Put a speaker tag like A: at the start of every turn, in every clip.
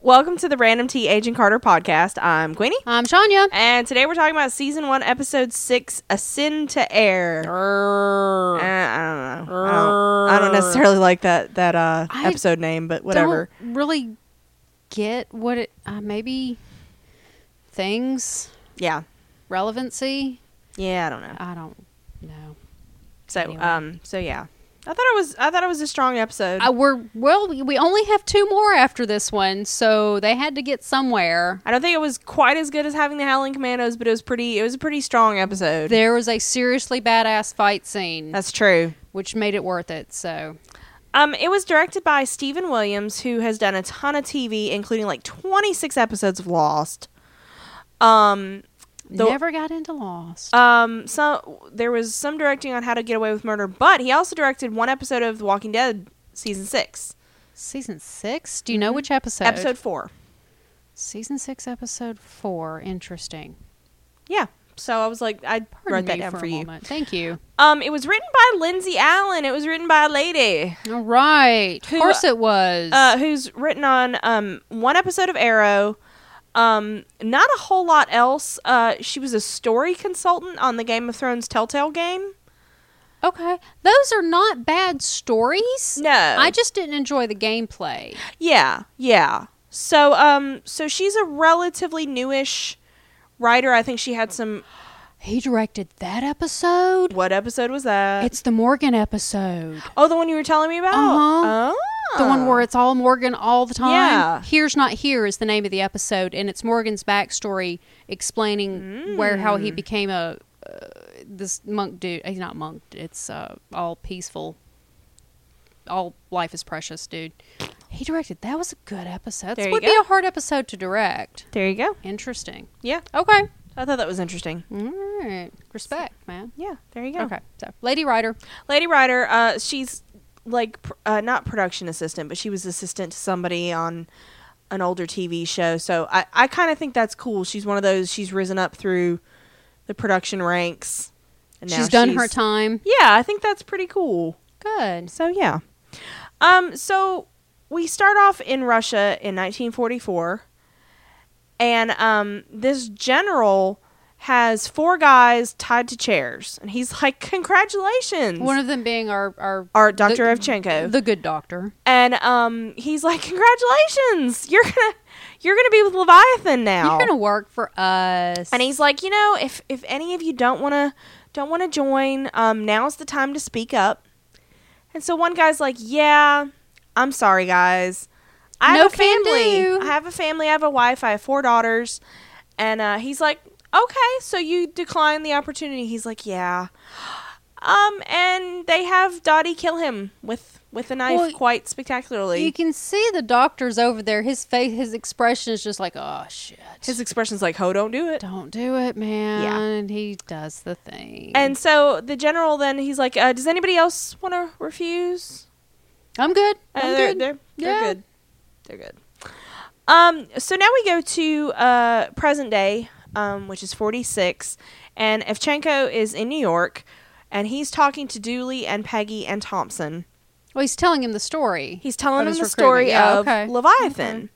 A: Welcome to the Random Tea Agent Carter podcast. I'm Queenie.
B: I'm Um, Shania.
A: And today we're talking about season one, episode six, Ascend to Air. Uh, I don't know. I don't, I don't necessarily like that that uh,
B: I
A: episode name, but whatever.
B: Don't really get what it uh, maybe things
A: Yeah,
B: relevancy.
A: yeah, I don't know.
B: I don't know.
A: So,
B: anyway.
A: um, so yeah, I thought it was I thought it was a strong episode.
B: I, Uh, we're well. We only have two more after this one, so they had to get somewhere.
A: I don't think it was quite as good as having the Howling Commandos, but it was pretty. It was a pretty strong episode.
B: There was a seriously badass fight scene,
A: That's true.
B: which made it worth it. So
A: Um, it was directed by Stephen Williams, who has done a ton of TV, including like 26 episodes of Lost. Um, The-
B: never got into Lost.
A: um, so there was some directing on How to Get Away with Murder, but he also directed one episode of The Walking Dead season six,
B: Season six. Do you know which episode?
A: mm-hmm. episode four.
B: Season six, episode four. Interesting.
A: Yeah. So I was like, I
B: Pardon
A: wrote that
B: me
A: down for,
B: a
A: you.
B: moment. Thank you.
A: Um, it was written by Lindsay Allen. It was written by a lady.
B: All right.
A: Who-
B: of course it was.
A: uh, who's written on um, one episode of Arrow. Um, not a whole lot else. Uh, she was a story consultant on the Game of Thrones Telltale game.
B: okay. Those are not bad stories.
A: No,
B: I just didn't enjoy the gameplay.
A: yeah, yeah. So, um, so she's a relatively newish writer. I think she had some.
B: He directed that episode.
A: What episode was that?
B: It's the Morgan episode.
A: oh, the one you were telling me about.
B: Uh-huh.
A: Oh.
B: The one where it's all Morgan all the time.
A: Yeah.
B: Here's Not Here is the name of the episode, and it's Morgan's backstory explaining where how
A: Mm.
B: he became a uh, this monk dude. He's not monk. It's uh, all peaceful. All life is precious, dude. He directed. That was a good episode.
A: There
B: This
A: you
B: would be
A: go.
B: a hard episode to direct.
A: There you go.
B: Interesting.
A: Yeah,
B: Okay.
A: I thought that was interesting.
B: All right. Respect, man.
A: Yeah, there you go.
B: Okay. So, Lady Rider.
A: Lady Ryder, uh, she's like pr- uh, not production assistant, but she was assistant to somebody on an older TV show. So I, I kind of think that's cool. She's one of those. She's risen up through the production ranks. And now
B: she's done her time.
A: Yeah, I think that's pretty cool.
B: Good.
A: So yeah, um, so we start off in Russia in 1944, and um, this general has four guys tied to chairs, and he's like, "Congratulations!"
B: One of them being our our
A: or Dr.
B: The- Mm-hmm.
A: Evchenko.
B: the good doctor.
A: and um he's like, Congratulations, you're gonna you're gonna be with Leviathan now.
B: You're gonna work for us.
A: and he's like, you know, if if any of you don't wanna don't wanna join, um, now's the time to speak up. And so one guy's like, Yeah, I'm sorry guys. I
B: No
A: have a
B: can do."
A: family. I have a family, I have a wife, I have four daughters. And uh, he's like, Okay, so you decline the opportunity. He's like, Yeah. Um, and they have Dottie kill him with with a knife
B: Well,
A: quite spectacularly.
B: you can see the doctor's over there. His face, his expression is just like, oh shit,
A: His expression's like, "Ho, don't do it."
B: don't do it, man. And he does the thing.
A: And so the general then he's like, uh, "Does anybody else want to refuse?"
B: I'm good.
A: Uh,
B: I'm
A: they're,
B: good.
A: They're, they're
B: Yeah.
A: good. They're good. Um, so now we go to uh, present day, um, which is 46, and Evchenko is in New York, and he's talking to Dooley and Peggy and Thompson.
B: well, he's telling him the story.
A: He's telling
B: Of
A: him
B: his
A: the
B: recruitment.
A: story
B: Yeah,
A: of
B: okay. Mm-hmm.
A: Leviathan.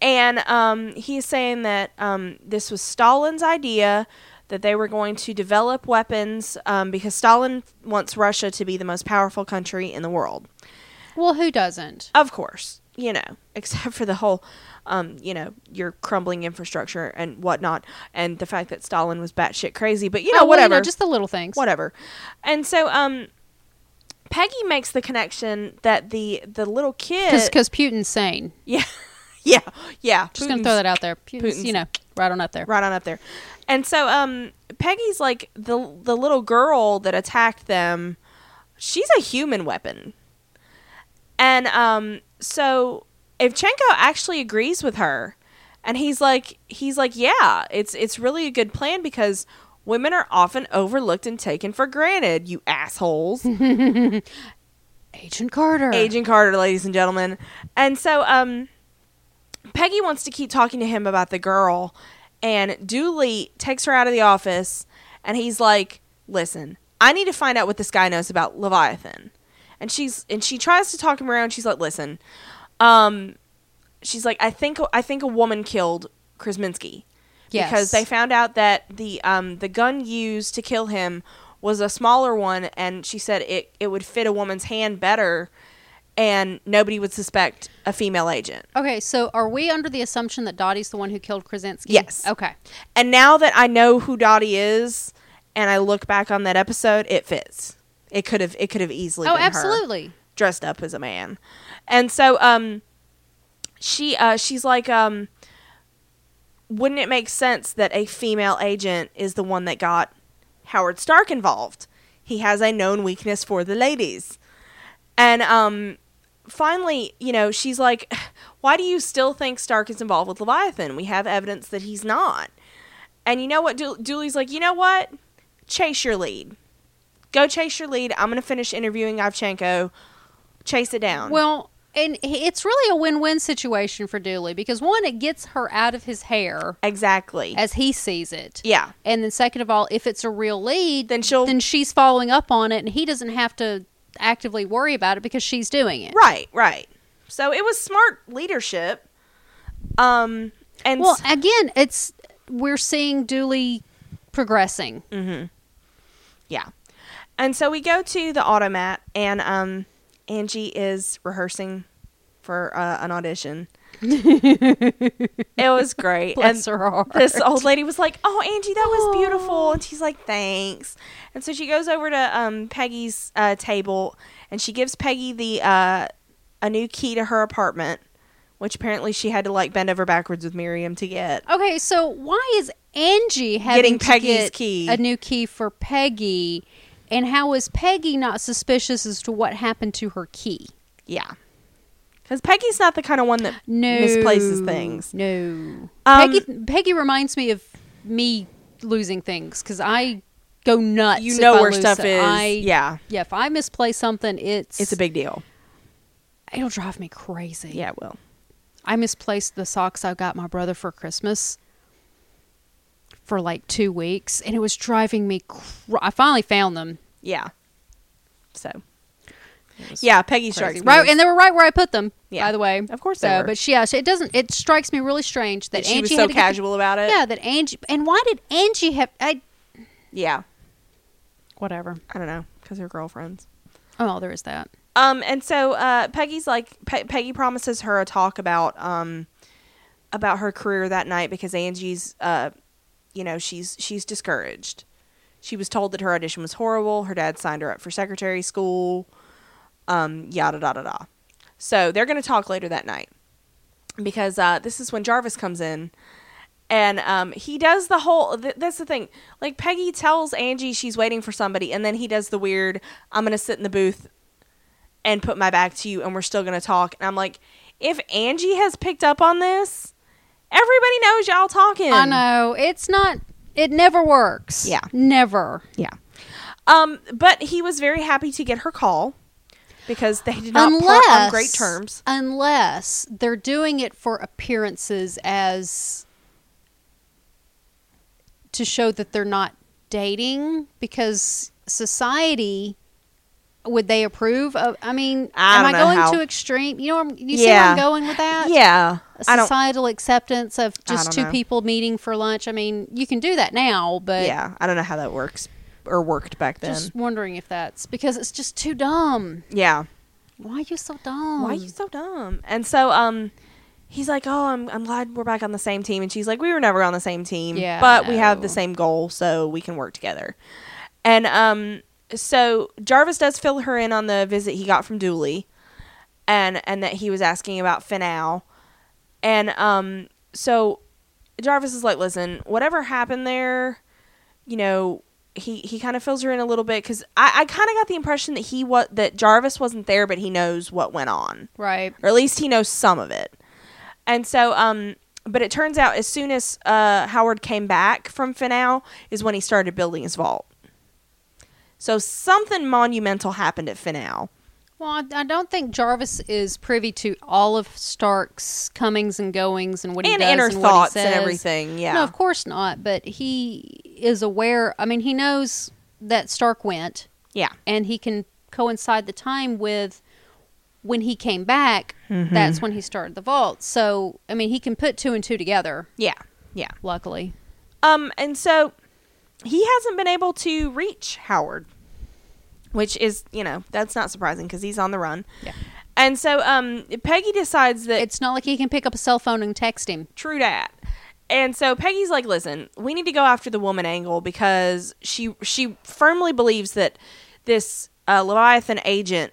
A: And um, he's saying that um, this was Stalin's idea that they were going to develop weapons um, because Stalin wants Russia to be the most powerful country in the world.
B: well, who doesn't?
A: Of course, you know, except for the whole, um, you know, your crumbling infrastructure and whatnot, and the fact that Stalin was batshit crazy. But, you know,
B: Oh, well,
A: whatever
B: just the little things.
A: whatever. And so, um, Peggy makes the connection that the the little kid,
B: Because Putin's sane.
A: yeah, yeah, yeah,
B: Just gonna
A: Putin's
B: throw that out there. Putin's,
A: Putin's-
B: you know, right on up there.
A: right on up there. And so, um, Peggy's like the the little girl that attacked them. She's a human weapon, and um, so Evchenko actually agrees with her, and he's like, he's like, yeah, it's it's really a good plan because. Women are often overlooked and taken for granted, you assholes.
B: Agent Carter.
A: Agent Carter, ladies and gentlemen. And so um Peggy wants to keep talking to him about the girl and Dooley takes her out of the office and he's like, "Listen, I need to find out what this guy knows about Leviathan." And she's and she tries to talk him around. She's like, "Listen, um she's like, I think I think a woman killed Krasinski
B: Yes.
A: because they found out that the um the gun used to kill him was a smaller one, and she said it it would fit a woman's hand better, and nobody would suspect a female agent.
B: Okay, so are we under the assumption that Dottie's the one who killed Krasinski?
A: Yes.
B: Okay.
A: And now that I know who Dottie is, and I look back on that episode, it fits. It could have it could have easily
B: oh,
A: been her
B: absolutely.
A: dressed up as a man, and so um, she uh she's like um, wouldn't it make sense that a female agent is the one that got Howard Stark involved? He has a known weakness for the ladies, and um, finally, you know, she's like, why do you still think Stark is involved with Leviathan? We have evidence that he's not. And you know what? Du- Dooley's like, you know what? Chase your lead. Go chase your lead. I'm going to finish interviewing Ivchenko. Chase it down.
B: Well, and he- it's really a win-win situation for Dooley because one, it gets her out of his hair
A: exactly.
B: as he sees it.
A: yeah.
B: And then second of all, if it's a real lead,
A: Then she'll-
B: then she's following up on it and he doesn't have to actively worry about it because she's doing it.
A: Right, right. So it was smart leadership. Um and
B: Well, again, it's we're seeing Dooley progressing.
A: Mm-hmm. yeah. And so we go to the automat and um Angie is rehearsing for uh, an audition. it was great.
B: Bless
A: and
B: her heart.
A: this old lady was like, "Oh, Angie, that was beautiful," and she's like, "Thanks." And so she goes over to um, Peggy's uh, table, and she gives Peggy the uh, a new key to her apartment, which apparently she had to like bend over backwards with Miriam to get.
B: Okay, so why is Angie having
A: Getting
B: to
A: Peggy's
B: get
A: key.
B: a new key for Peggy, and how is Peggy not suspicious as to what happened to her key?
A: Yeah, because Peggy's not the kind of one that
B: No,
A: misplaces things.
B: No,
A: Um,
B: Peggy. Peggy reminds me of me losing things because I go nuts.
A: You
B: if
A: know
B: I
A: where
B: lose
A: stuff
B: some-
A: is.
B: I-
A: yeah,
B: yeah. If I misplace something, it's
A: it's a big deal.
B: It'll drive me crazy.
A: Yeah, it will.
B: I misplaced the socks I got my brother for Christmas for like two weeks, and it was driving me. Cr- I finally found them.
A: Yeah. So
B: It was
A: yeah, Peggy
B: crazy.
A: strikes me
B: right,
A: as-
B: and they were right where I put them.
A: Yeah.
B: by the way,
A: Of course
B: So,
A: they were.
B: but she, yeah, she, it doesn't. It strikes me really strange that,
A: that she
B: Angie
A: was
B: had
A: so
B: to get the-
A: casual about it.
B: yeah, that Angie. And why did Angie have? I
A: yeah.
B: whatever.
A: I don't know because they're girlfriends.
B: Oh, there is that.
A: Um, and so uh, Peggy's like Pe- Peggy promises her a talk about um about her career that night because Angie's uh you know she's she's discouraged. She was told that her audition was horrible. Her dad signed her up for secretary school. Um, yada da da da. So they're gonna talk later that night because uh, this is when Jarvis comes in. And um, he does the whole. Th- that's the thing. Like Peggy tells Angie she's waiting for somebody, and then he does the weird. I'm gonna sit in the booth and put my back to you and we're still going to talk. And I'm like, if Angie has picked up on this, everybody knows y'all talking.
B: I know it's not. It never works.
A: Yeah.
B: never.
A: Yeah. Um, but he was very happy to get her call because they did not
B: unless
A: part on great terms.
B: Unless they're doing it for appearances as to show that they're not dating because society would they approve of I mean
A: I
B: am
A: don't
B: I
A: know
B: going
A: how-
B: too extreme? You know where I'm- you see where
A: Yeah.
B: I'm going with that?
A: Yeah.
B: A
A: I don't.
B: societal acceptance of just
A: don't
B: two
A: know.
B: people meeting for lunch. I mean, you can do that now, but
A: Yeah. I don't know how that works or worked back then.
B: just wondering if that's because it's just too dumb.
A: yeah.
B: Why are you so dumb?
A: Why are you so dumb? And so, um, he's like, oh, I'm, I'm glad we're back on the same team. And she's like, we were never on the same team.
B: Yeah,
A: But we
B: no.
A: have the same goal, so we can work together. And, um, so Jarvis does fill her in on the visit he got from Dooley and, and that he was asking about Finale. And, um, so Jarvis is like, listen, whatever happened there, you know, he, he kind of fills her in a little bit because I, I kind of got the impression that he was that Jarvis wasn't there, but he knows what went on
B: Right.
A: or at least he knows some of it. And so, um, but it turns out as soon as uh, Howard came back from Finale is when he started building his vault. So something monumental happened at Finale.
B: Well, I, I don't think Jarvis is privy to all of Stark's comings and goings and what he
A: and
B: does
A: inner
B: and what he
A: thoughts and
B: says.
A: everything. Yeah,
B: No, of course not. But he is aware. I mean, he knows that Stark went,
A: yeah,
B: and he can coincide the time with when he came back,
A: Mm-hmm.
B: that's when he started the vault. So, I mean, he can put two and two together,
A: Yeah. Yeah.
B: luckily.
A: Um, and so he hasn't been able to reach Howard, which is, you know, that's not surprising because he's on the run.
B: Yeah.
A: And so um, Peggy decides that
B: It's not like he can pick up a cell phone and text him.
A: True dat. And so Peggy's like, "Listen, we need to go after the woman angle because she she firmly believes that this uh, Leviathan agent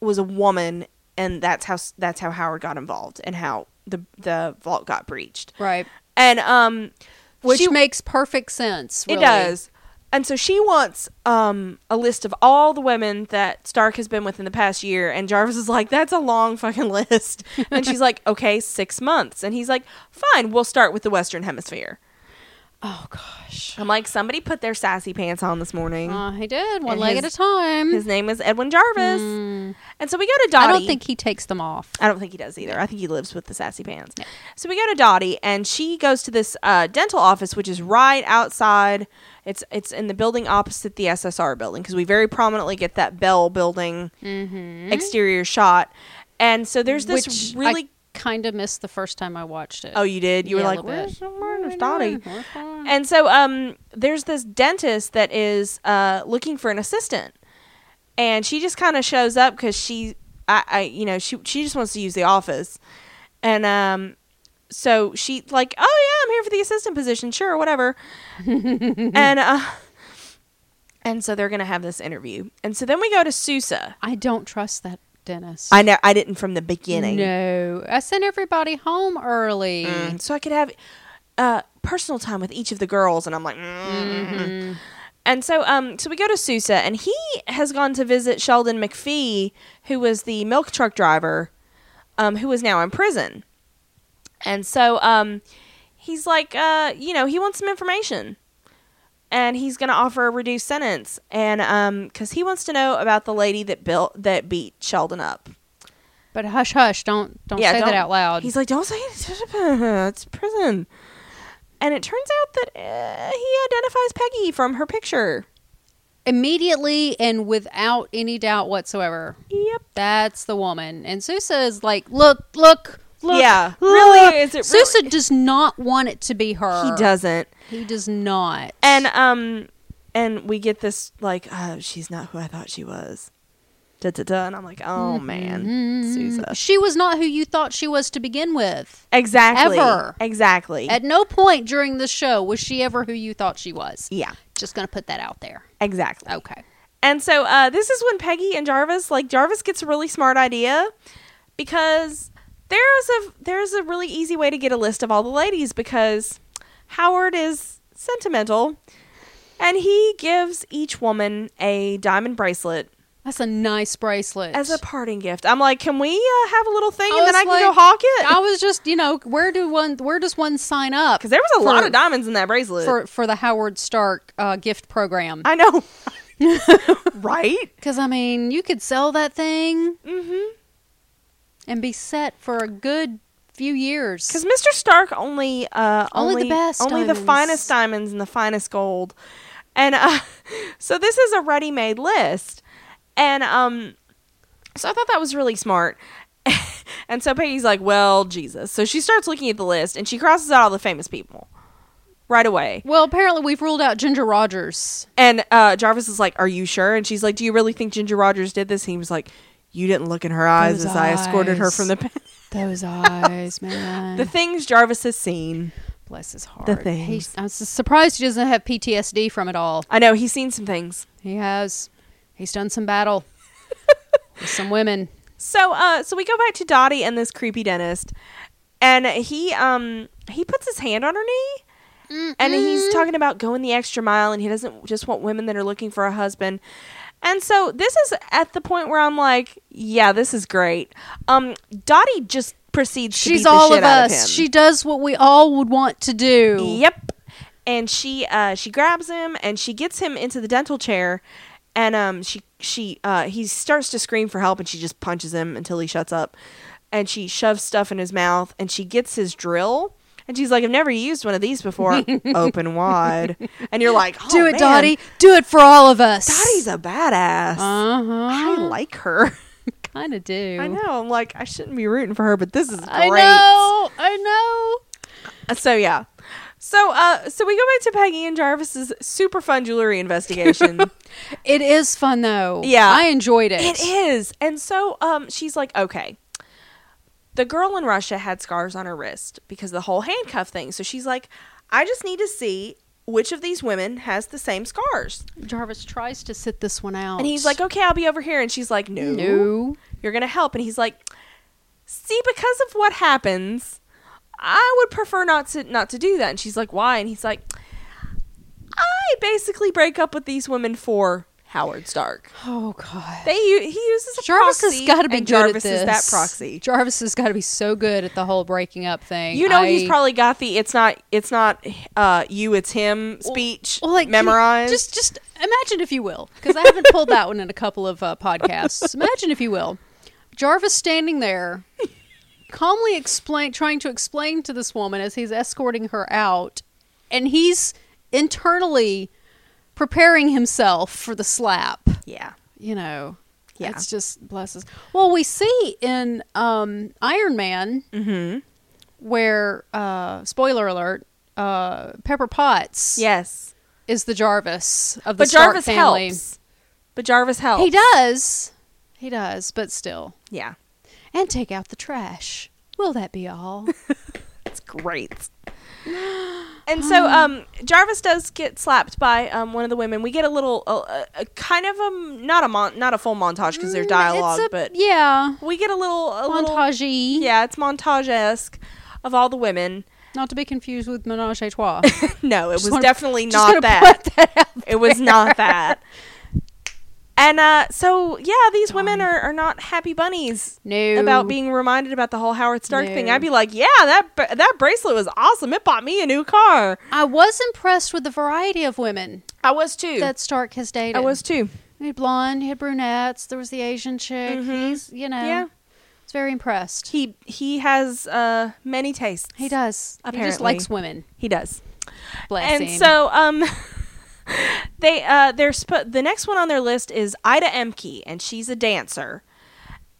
A: was a woman, and that's how that's how Howard got involved and how the the vault got breached.
B: Right.
A: And um,
B: Which
A: she-
B: makes perfect sense.
A: it
B: really.
A: does. And so she wants um, a list of all the women that Stark has been with in the past year. And Jarvis is like, that's a long fucking list. and she's like, okay, six months. And he's like, fine, we'll start with the Western Hemisphere.
B: Oh, gosh.
A: I'm like, somebody put their sassy pants on this morning.
B: Uh, he did, one
A: Um, And
B: leg
A: his-
B: at a time.
A: His name is Edwin Jarvis. And so we go to Dottie.
B: Hmm. I don't think he takes them off.
A: I don't think he does either. I think he lives with the sassy pants. So we go to Dottie, and she goes to this uh, dental office, which is right outside. It's it's in the building opposite the SSR building because we very prominently get that Bell building exterior shot. And so there's this
B: Mm-hmm. Which
A: really.
B: I kind of missed the first time I watched it.
A: oh, you did. You
B: Yeah, a
A: were like,
B: little bit. Mm-hmm.
A: "Where's, where's Dottie?"
B: We're fine.
A: And so um, there's this dentist that is uh, looking for an assistant, and she just kind of shows up because she, I, I, you know, she she just wants to use the office, and um, so she like, oh yeah, I'm here for the assistant position, sure, whatever, and uh, and so they're gonna have this interview, and so then we go to Sousa.
B: I don't trust that dentist.
A: I know I didn't from the beginning,
B: No, I sent everybody home early.
A: Mm, so I could have uh, personal time with each of the girls, and I'm like, mm mm. and so um, so we go to Sousa, and he has gone to visit Sheldon McPhee, who was the milk truck driver, um, who is now in prison, and so um, he's like, uh, you know, he wants some information. And he's gonna offer a reduced sentence, and um, cause he wants to know about the lady that built that beat Sheldon up.
B: But hush, hush! Don't don't say
A: don't-
B: that out loud.
A: He's like, don't say it. It's prison. And it turns out that uh, he identifies Peggy from her picture.
B: Immediately and without any doubt whatsoever,
A: Yep.
B: that's the woman. And Sousa is like, look, look, look.
A: Yeah.
B: look."
A: Really? Is it
B: Sousa does not want it to be her.
A: He doesn't.
B: He does not.
A: And um, and we get this like, uh, she's not who I thought she was. Da da da. And I'm like, oh man,
B: Mm-hmm.
A: Sousa.
B: she was not who you thought she was to begin with.
A: Exactly.
B: Ever.
A: Exactly.
B: At no point during the show was she ever who you thought she was.
A: yeah.
B: Just gonna put that out there.
A: Exactly.
B: Okay.
A: And so uh, this is when Peggy and Jarvis, like Jarvis, gets a really smart idea because there's a there's a really easy way to get a list of all the ladies because Howard is sentimental, and he gives each woman a diamond bracelet
B: That's a nice bracelet.
A: as a parting gift. I'm like, can we uh, have a little thing
B: I
A: and then
B: was
A: I can
B: like-
A: go hawk
B: I
A: it?
B: was just, you know, where do one, where does one sign up?
A: Because there was a
B: for-
A: lot of diamonds in that bracelet.
B: for for the Howard Stark uh, gift program.
A: I know, right?
B: Because I mean, you could sell that thing
A: Mm-hmm.
B: and be set for a good few years.
A: Because Mr. Stark only, uh,
B: Only the best
A: only the
B: diamonds.
A: finest diamonds and the finest gold, and uh, so this is a ready-made list, and um, so I thought that was really smart. and so Peggy's like, "Well, Jesus!" So she starts looking at the list and she crosses out all the famous people right away.
B: well, apparently we've ruled out Ginger Rogers.
A: And uh, Jarvis is like, "Are you sure?" And she's like, "Do you really think Ginger Rogers did this?" And he was like, "You didn't look in her eyes
B: Those
A: as I escorted her
B: eyes.
A: from the pen."
B: Those eyes, man.
A: the things Jarvis has seen.
B: Bless his heart.
A: things.
B: He's, I'm su- surprised he doesn't have PTSD from it all.
A: I know he's seen some things.
B: He has. He's done some battle with some women.
A: So uh so we go back to Dottie and this creepy dentist and he um he puts his hand on her knee and
B: Mm-hmm.
A: he's talking about going the extra mile and he doesn't just want women that are looking for a husband. And so this is at the point where I'm like, yeah, this is great. Um Dottie just proceeds to beat
B: She's
A: the
B: all
A: shit
B: of
A: out
B: us.
A: him.
B: she does what we all would want to do.
A: Yep. And she uh, she grabs him and she gets him into the dental chair, and um she she uh, he starts to scream for help and she just punches him until he shuts up, and she shoves stuff in his mouth and she gets his drill and she's like I've never used one of these before open wide and you're like
B: Do
A: "Oh,
B: it,
A: man,
B: Dottie. Do it for all of us. Uh-huh.
A: Dottie's a badass
B: Uh huh.
A: I like her
B: kind of do.
A: I know. I'm like, I shouldn't be rooting for her, but this is great.
B: I know. I know.
A: So yeah. So uh so we go back to Peggy and Jarvis's super fun jewelry investigation.
B: It is fun though.
A: Yeah.
B: I enjoyed it.
A: It is. And so um she's like, okay. The girl in Russia had scars on her wrist because of the whole handcuff thing. So she's like, I just need to see which of these women has the same scars.
B: Jarvis tries to sit this one out,
A: And he's like, okay, I'll be over here. And she's like, no,
B: "No,
A: you're going to help. And he's like, see, because of what happens, I would prefer not to not to do that. And she's like, why? And he's like, I basically break up with these women for Howard Stark.
B: oh god."
A: They u- he uses a
B: Jarvis
A: proxy.
B: has got to be
A: and
B: good
A: Jarvis
B: at this.
A: is that proxy.
B: Jarvis has got to be so good at the whole breaking up thing.
A: You know
B: I-
A: he's probably got the it's not it's not uh you it's him speech
B: Well, like, can you-
A: memorized.
B: Just, just imagine if you will, because I haven't pulled that one in a couple of uh, podcasts. Imagine if you will, Jarvis standing there, calmly explain, trying to explain to this woman as he's escorting her out, and he's internally preparing himself for the slap.
A: yeah.
B: you know
A: Yeah.
B: it's just blesses well we see in um iron man where uh spoiler alert uh pepper potts
A: Yes.
B: is the jarvis of the
A: But
B: Stark
A: Jarvis
B: family
A: helps. But Jarvis helps.
B: he does he does but still
A: Yeah.
B: and take out the trash will that be all
A: It's great. And so um Jarvis does get slapped by um one of the women. We get a little a, a, a kind of a not a mon- not a full montage because there's
B: Mm,
A: dialogue,
B: it's a-
A: but
B: yeah
A: we get a little a little
B: montage
A: yeah, it's montage-esque of all the women.
B: not to be confused with menage a trois
A: No, it
B: Just
A: was
B: wanna-
A: definitely
B: just
A: not
B: gonna
A: that.
B: put that out
A: It was not that. And uh, so, yeah, these women
B: Darn.
A: are, are not happy bunnies
B: no
A: about being reminded about the whole Howard Stark thing.
B: No.
A: I'd be like, yeah, that br- that bracelet was awesome. It bought me a new car.
B: i was impressed with the variety of women
A: I was too.
B: that Stark has dated.
A: I was too.
B: He had blonde, he had brunettes. There was the Asian chick.
A: Mhm.
B: He's, you know,
A: Yeah.
B: I was very impressed. He,
A: He he has uh, many tastes.
B: does. He just
A: Apparently.
B: likes women.
A: He does.
B: Bless
A: and
B: him.
A: so um they uh they're sp- the next one on their list is Ida Emke and she's a dancer.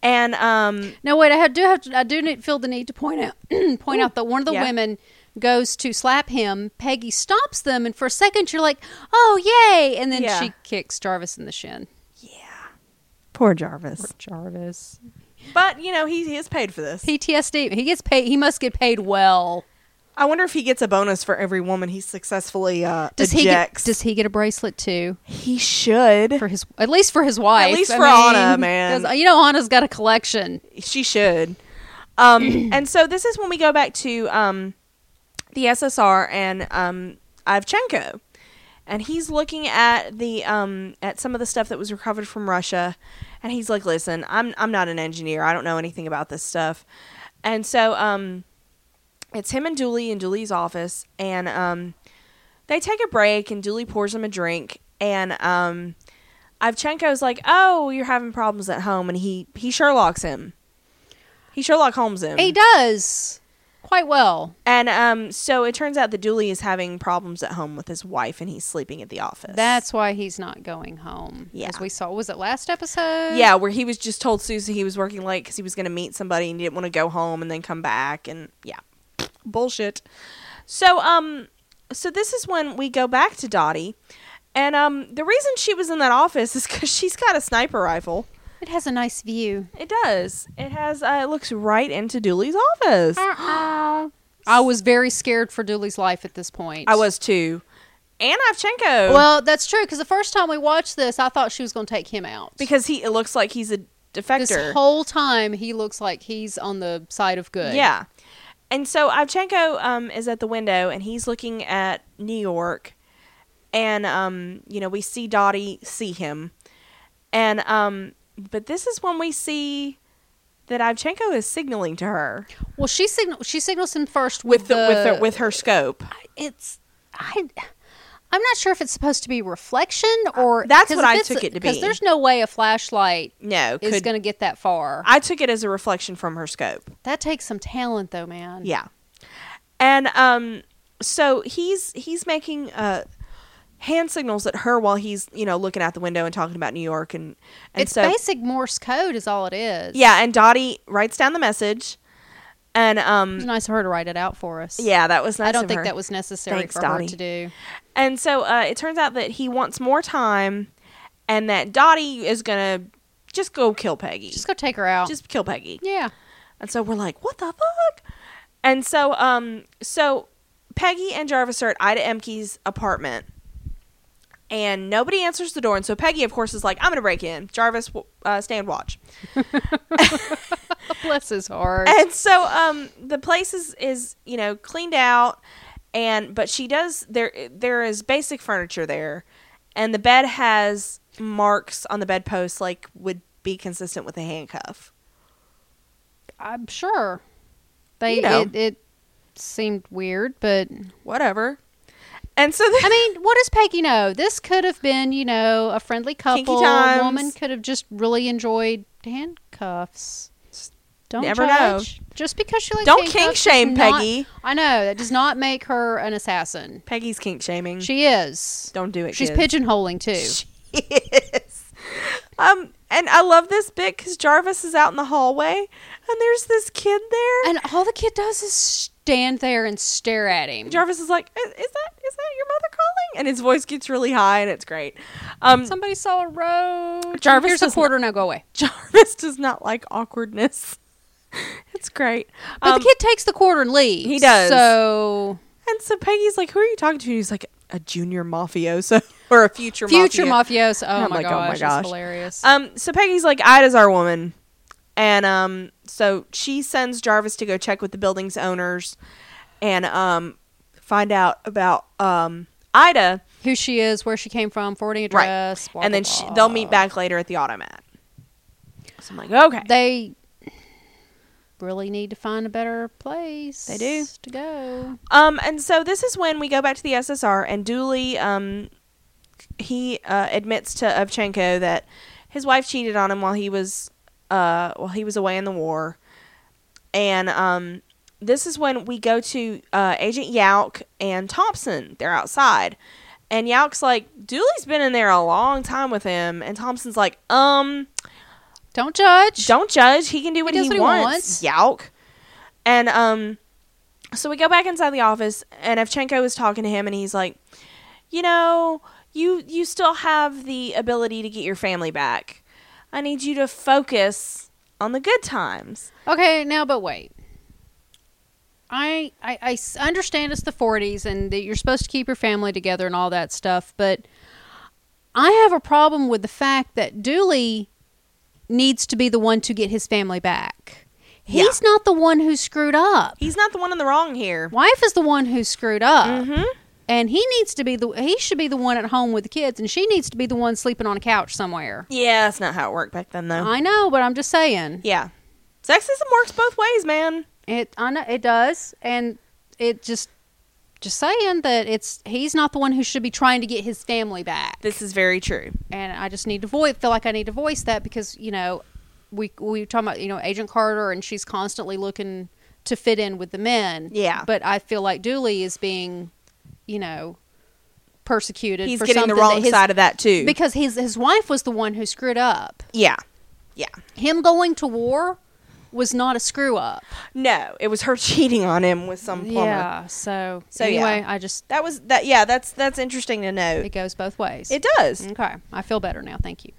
A: And um
B: no, wait. I have, do have. To, I do need, feel the need to point out point out that one of the
A: Yeah.
B: women goes to slap him. Peggy stops them, and for a second, you're like, "Oh, yay!" And then
A: Yeah.
B: she kicks Jarvis in the shin.
A: yeah. Poor Jarvis.
B: Jarvis.
A: But you know, he, he is paid for this.
B: PTSD. He gets paid. He must get paid well.
A: I wonder if he gets a bonus for every woman he successfully uh,
B: Does he? Get,
A: ejects.
B: does he get a bracelet too?
A: he should.
B: for his at least for his wife
A: least for Anna, man.
B: 'cause, you know anna's got a collection
A: she should. Um, and so this is when we go back to um, the SSR and um, Ivchenko, and he's looking at the um, at some of the stuff that was recovered from Russia, and he's like, "Listen, I'm I'm not an engineer. I don't know anything about this stuff." And so um, it's him and Dooley in Dooley's office, and um, they take a break, and Dooley pours him a drink, and um, Ivchenko's like, "Oh, you're having problems at home," and he he Sherlock's him. He Sherlock Holmes him.
B: he does quite well
A: And um, so it turns out that Dooley is having problems at home with his wife, and he's sleeping at the office.
B: that's why he's not going home
A: Yeah.
B: as we saw was it last episode
A: yeah, where he was just told Susie he was working late because he was going to meet somebody and he didn't want to go home and then come back, and yeah, bullshit. So um, so this is when we go back to Dottie, and um, the reason she was in that office is because she's got a sniper rifle.
B: it has a nice view
A: It does. It has. Uh, it looks right into Dooley's office.
B: i was very scared for dooley's life at this point
A: I was too. And Ivchenko.
B: well that's true because the first time we watched this i thought she was going to take him out
A: because he it looks like he's a defector.
B: this whole time he looks like he's on the side of good
A: Yeah. And so Ivchenko um, is at the window and he's looking at New York. And, um, you know, we see Dottie see him. And, um, but this is when we see that Ivchenko is signaling to her
B: well she signal she signals him first with,
A: with, the, with, her, with her scope.
B: it's I I'm not sure if it's supposed to be reflection or
A: Uh, That's
B: 'cause
A: what
B: if
A: I
B: it's-
A: took it to be.
B: Because there's no way a flashlight
A: No,
B: is
A: could,
B: going to get that far.
A: I took it as a reflection from her scope.
B: that takes some talent, though, man.
A: Yeah. And um so he's he's making uh hand signals at her while he's you know looking out the window and talking about New York and and
B: it's
A: so
B: basic Morse code, is all it is.
A: yeah. And Dottie writes down the message, and um
B: It was nice of her to write it out for us.
A: yeah, that was nice.
B: Mm-hmm. I don't
A: of
B: think
A: her.
B: that was necessary
A: Thanks,
B: for
A: Dottie.
B: her to do.
A: And so uh, it turns out that he wants more time, and that Dottie is gonna just go kill Peggy.
B: Just go take her out.
A: just kill Peggy.
B: yeah.
A: And so we're like, what the fuck? And so, um, so Peggy and Jarvis are at Ida Emke's apartment, and nobody answers the door. And so Peggy, of course, is like, I'm gonna break in. Jarvis, w- uh, stay and watch.
B: Bless his heart.
A: And so, um, the place is is you know cleaned out, and but she does there there is basic furniture there, and the bed has marks on the bedpost like would be consistent with a handcuff.
B: I'm sure. They
A: You know.
B: it, it seemed weird, but
A: Whatever. And so, then,
B: I mean, what does Peggy know? This could have been, you know, a friendly couple.
A: times.
B: Woman could have just really enjoyed handcuffs. Don't
A: never know.
B: judge. Just because she likes
A: don't
B: handcuffs
A: kink
B: does
A: shame,
B: not-
A: Peggy.
B: I know that does not make her an assassin.
A: Peggy's kink shaming.
B: She is.
A: Don't do it.
B: She's
A: kid.
B: pigeonholing too.
A: She is. Um, and I love this bit because Jarvis is out in the hallway, and there's this kid there.
B: And all the kid does is stand there and stare at him.
A: Jarvis is like, "Is is that is that your mother calling?" And his voice gets really high, and it's great. Um,
B: Somebody saw a road.
A: Jarvis
B: Here's a
A: does
B: quarter. Now go away.
A: Jarvis does not like awkwardness. it's great.
B: But
A: Um,
B: the kid takes the quarter and leaves.
A: He does.
B: So
A: and so Peggy's like, "Who are you talking to?" And he's like, "A junior mafioso or a future
B: future
A: mafioso.
B: mafioso.
A: And
B: Oh
A: I'm
B: my,
A: like, oh
B: gosh,
A: my
B: it's
A: gosh.
B: hilarious.
A: Um, so Peggy's like, Ida's our woman. And um, so she sends Jarvis to go check with the building's owners and um, find out about um, Ida.
B: Who she is, where she came from, forwarding address. blah,
A: and
B: blah,
A: then she,
B: blah.
A: they'll meet back later at the automat. So I'm like, okay.
B: They really need to find a better place.
A: They do.
B: to go.
A: Um, and so this is when we go back to the SSR, and Dooley, um, he uh, admits to Ovchenko that his wife cheated on him while he was uh, while he was away in the war, and um, this is when we go to uh, Agent Yalk and Thompson. They're outside, and Yalk's like, "Dooley's been in there a long time with him," and Thompson's like, "Um."
B: Don't judge.
A: Don't judge. He can do what he,
B: does what he
A: wants.
B: wants.
A: Yowk. And um, so we go back inside the office, and Evchenko is talking to him, and he's like, "You know, you you still have the ability to get your family back. I need you to focus on the good times."
B: Okay, now but wait. I, I I s- understand it's the 40s and that you're supposed to keep your family together and all that stuff, but I have a problem with the fact that Dooley needs to be the one to get his family back.
A: Yeah.
B: He's not the one who screwed up.
A: He's not the one in the wrong here.
B: Wife is the one who screwed up.
A: Mhm.
B: And he needs to be the he should be the one at home with the kids and she needs to be the one sleeping on a couch somewhere.
A: Yeah, that's not how it worked back then, though.
B: I know, but I'm just saying.
A: yeah, sexism works both ways, man.
B: It I know it does, and it just just saying that it's he's not the one who should be trying to get his family back,
A: This is very true.
B: and I just need to voice feel like I need to voice that because you know we we were talking about you know Agent Carter and she's constantly looking to fit in with the men,
A: Yeah.
B: But I feel like Dooley is being, you know, persecuted.
A: He's
B: for
A: getting the
B: something
A: wrong
B: that his-
A: side of that too.
B: because his his wife was the one who screwed up.
A: yeah, yeah.
B: Him going to war was not a screw up.
A: No, it was her cheating on him with some plumber.
B: Yeah. So,
A: So,
B: anyway,
A: yeah.
B: I just
A: That was that. Yeah, that's that's interesting to note.
B: it Mm-hmm. goes both ways.
A: It does.
B: Okay, I feel better now. Thank you.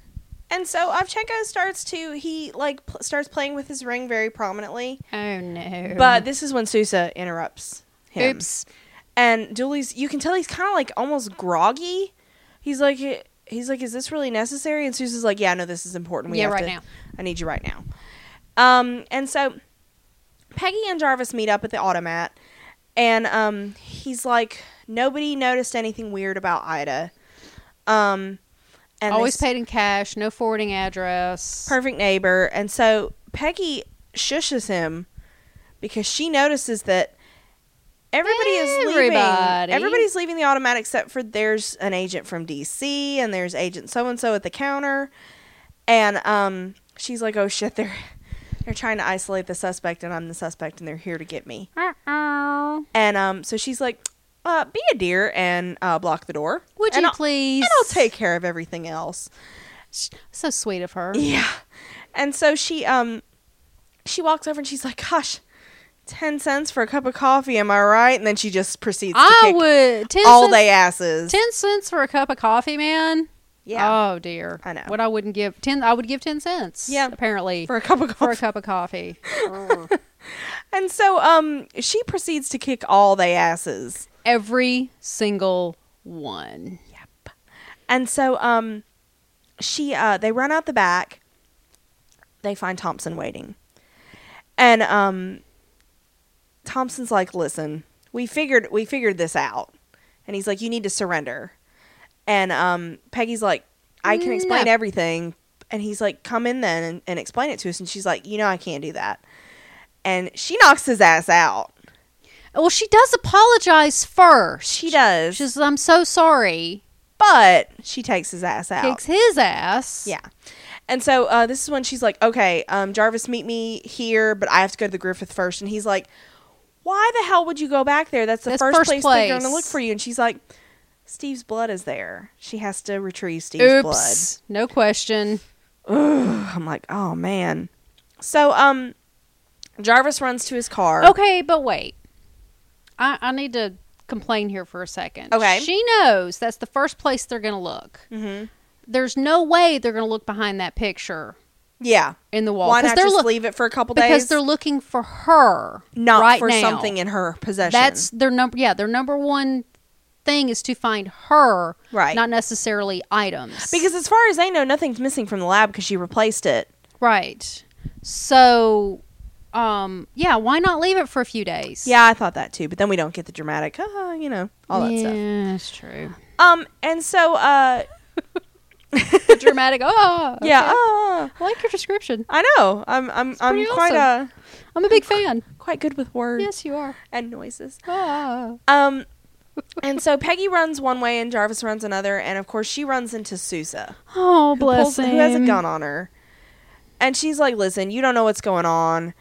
A: And so Ovchenko starts to he like pl- starts playing with his ring very prominently.
B: Oh no.
A: But this is when Sousa interrupts him.
B: oops.
A: And Dooley's you can tell he's kind of like almost groggy. He's like "Eh," he's like, is this really necessary? And Sousa's like, yeah, no, this is important. We
B: Yeah,
A: have
B: right
A: to-
B: now.
A: I need you right now. Um, and so Peggy and Jarvis meet up at the automat, and um, he's like, nobody noticed anything weird about Ida. Um, and they
B: Always
A: s-
B: paid in cash. No forwarding address.
A: perfect neighbor. And so Peggy shushes him because she notices that everybody is leaving.
B: Everybody.
A: Everybody's leaving the automat except for there's an agent from DC and there's agent so and so at the counter. And um, she's like, "Oh shit, they're they're trying to isolate the suspect, and I'm the suspect, and they're here to get me."
B: Uh-oh.
A: And um, so she's like, uh, be a dear and uh, block the door.
B: Would
A: And
B: you
A: I'll-
B: please?
A: And I'll take care of everything else.
B: So sweet of her.
A: Yeah. And so she um she walks over and she's like, "Gosh, 10 cents for a cup of coffee, am I right?" And then she just proceeds to
B: I
A: kick
B: would ten
A: all
B: cents,
A: they asses.
B: ten cents for a cup of coffee, man.
A: yeah.
B: Oh dear.
A: I know.
B: What I wouldn't give ten. I would give ten cents.
A: Yeah.
B: Apparently
A: for a cup of coffee.
B: for a cup of coffee. Urgh.
A: And so um she proceeds to kick all they asses.
B: Every single one.
A: And so um she uh they run out the back. They find Thompson waiting. And um Thompson's like, "Listen, we figured we figured this out." And he's like, "You need to surrender." And um Peggy's like, "I can explain
B: No.
A: everything." And he's like, "Come in then and, and explain it to us." And she's like, "You know I can't do that." And she knocks his ass out.
B: Well, she does apologize first.
A: She does.
B: She says, "I'm so sorry."
A: but she takes his ass out.
B: Kicks his ass.
A: Yeah. And so uh, this is when she's like, okay, um, Jarvis, meet me here, but I have to go to the Griffith first. And he's like, why the hell would you go back there? That's the
B: That's
A: first,
B: first
A: place, they're going to
B: place.
A: look for you. And she's like, Steve's blood is there. She has to retrieve Steve's blood.
B: Oops. No question.
A: Ugh, I'm like, oh man. So um, Jarvis runs to his car.
B: Okay, but wait. I, I need to complain here for a second.
A: Okay.
B: She knows that's the first place they're going to look.
A: Mhm.
B: There's no way they're going to look behind that picture
A: Yeah.
B: in the wall
A: Why
B: 'cause
A: not
B: they're
A: just
B: look-
A: leave it for a couple
B: because
A: days?
B: they're looking for her
A: not
B: right
A: for
B: now.
A: something in her possession.
B: That's their number. Yeah, their number one thing is to find her,
A: Right.
B: Not necessarily items,
A: because as far as they know, nothing's missing from the lab because she replaced it.
B: right. So, um, yeah. Why not leave it for a few days?
A: Yeah, I thought that too, but then we don't get the dramatic, "Ah," you know, all that stuff.
B: Yeah, that's true.
A: Um, and so, uh,
B: Dramatic. Oh,
A: yeah,
B: okay.
A: ah.
B: I like your description.
A: I know. I'm, I'm, I'm
B: pretty
A: quite, uh,
B: awesome. I'm a big fan.
A: quite good with words
B: Yes, you are.
A: and noises.
B: Ah.
A: Um, and so Peggy runs one way and Jarvis runs another, and of course she runs into Sousa,
B: Oh,
A: who,
B: bless
A: pulls-
B: him.
A: who has a gun on her, and she's like, "Listen, you don't know what's going on,"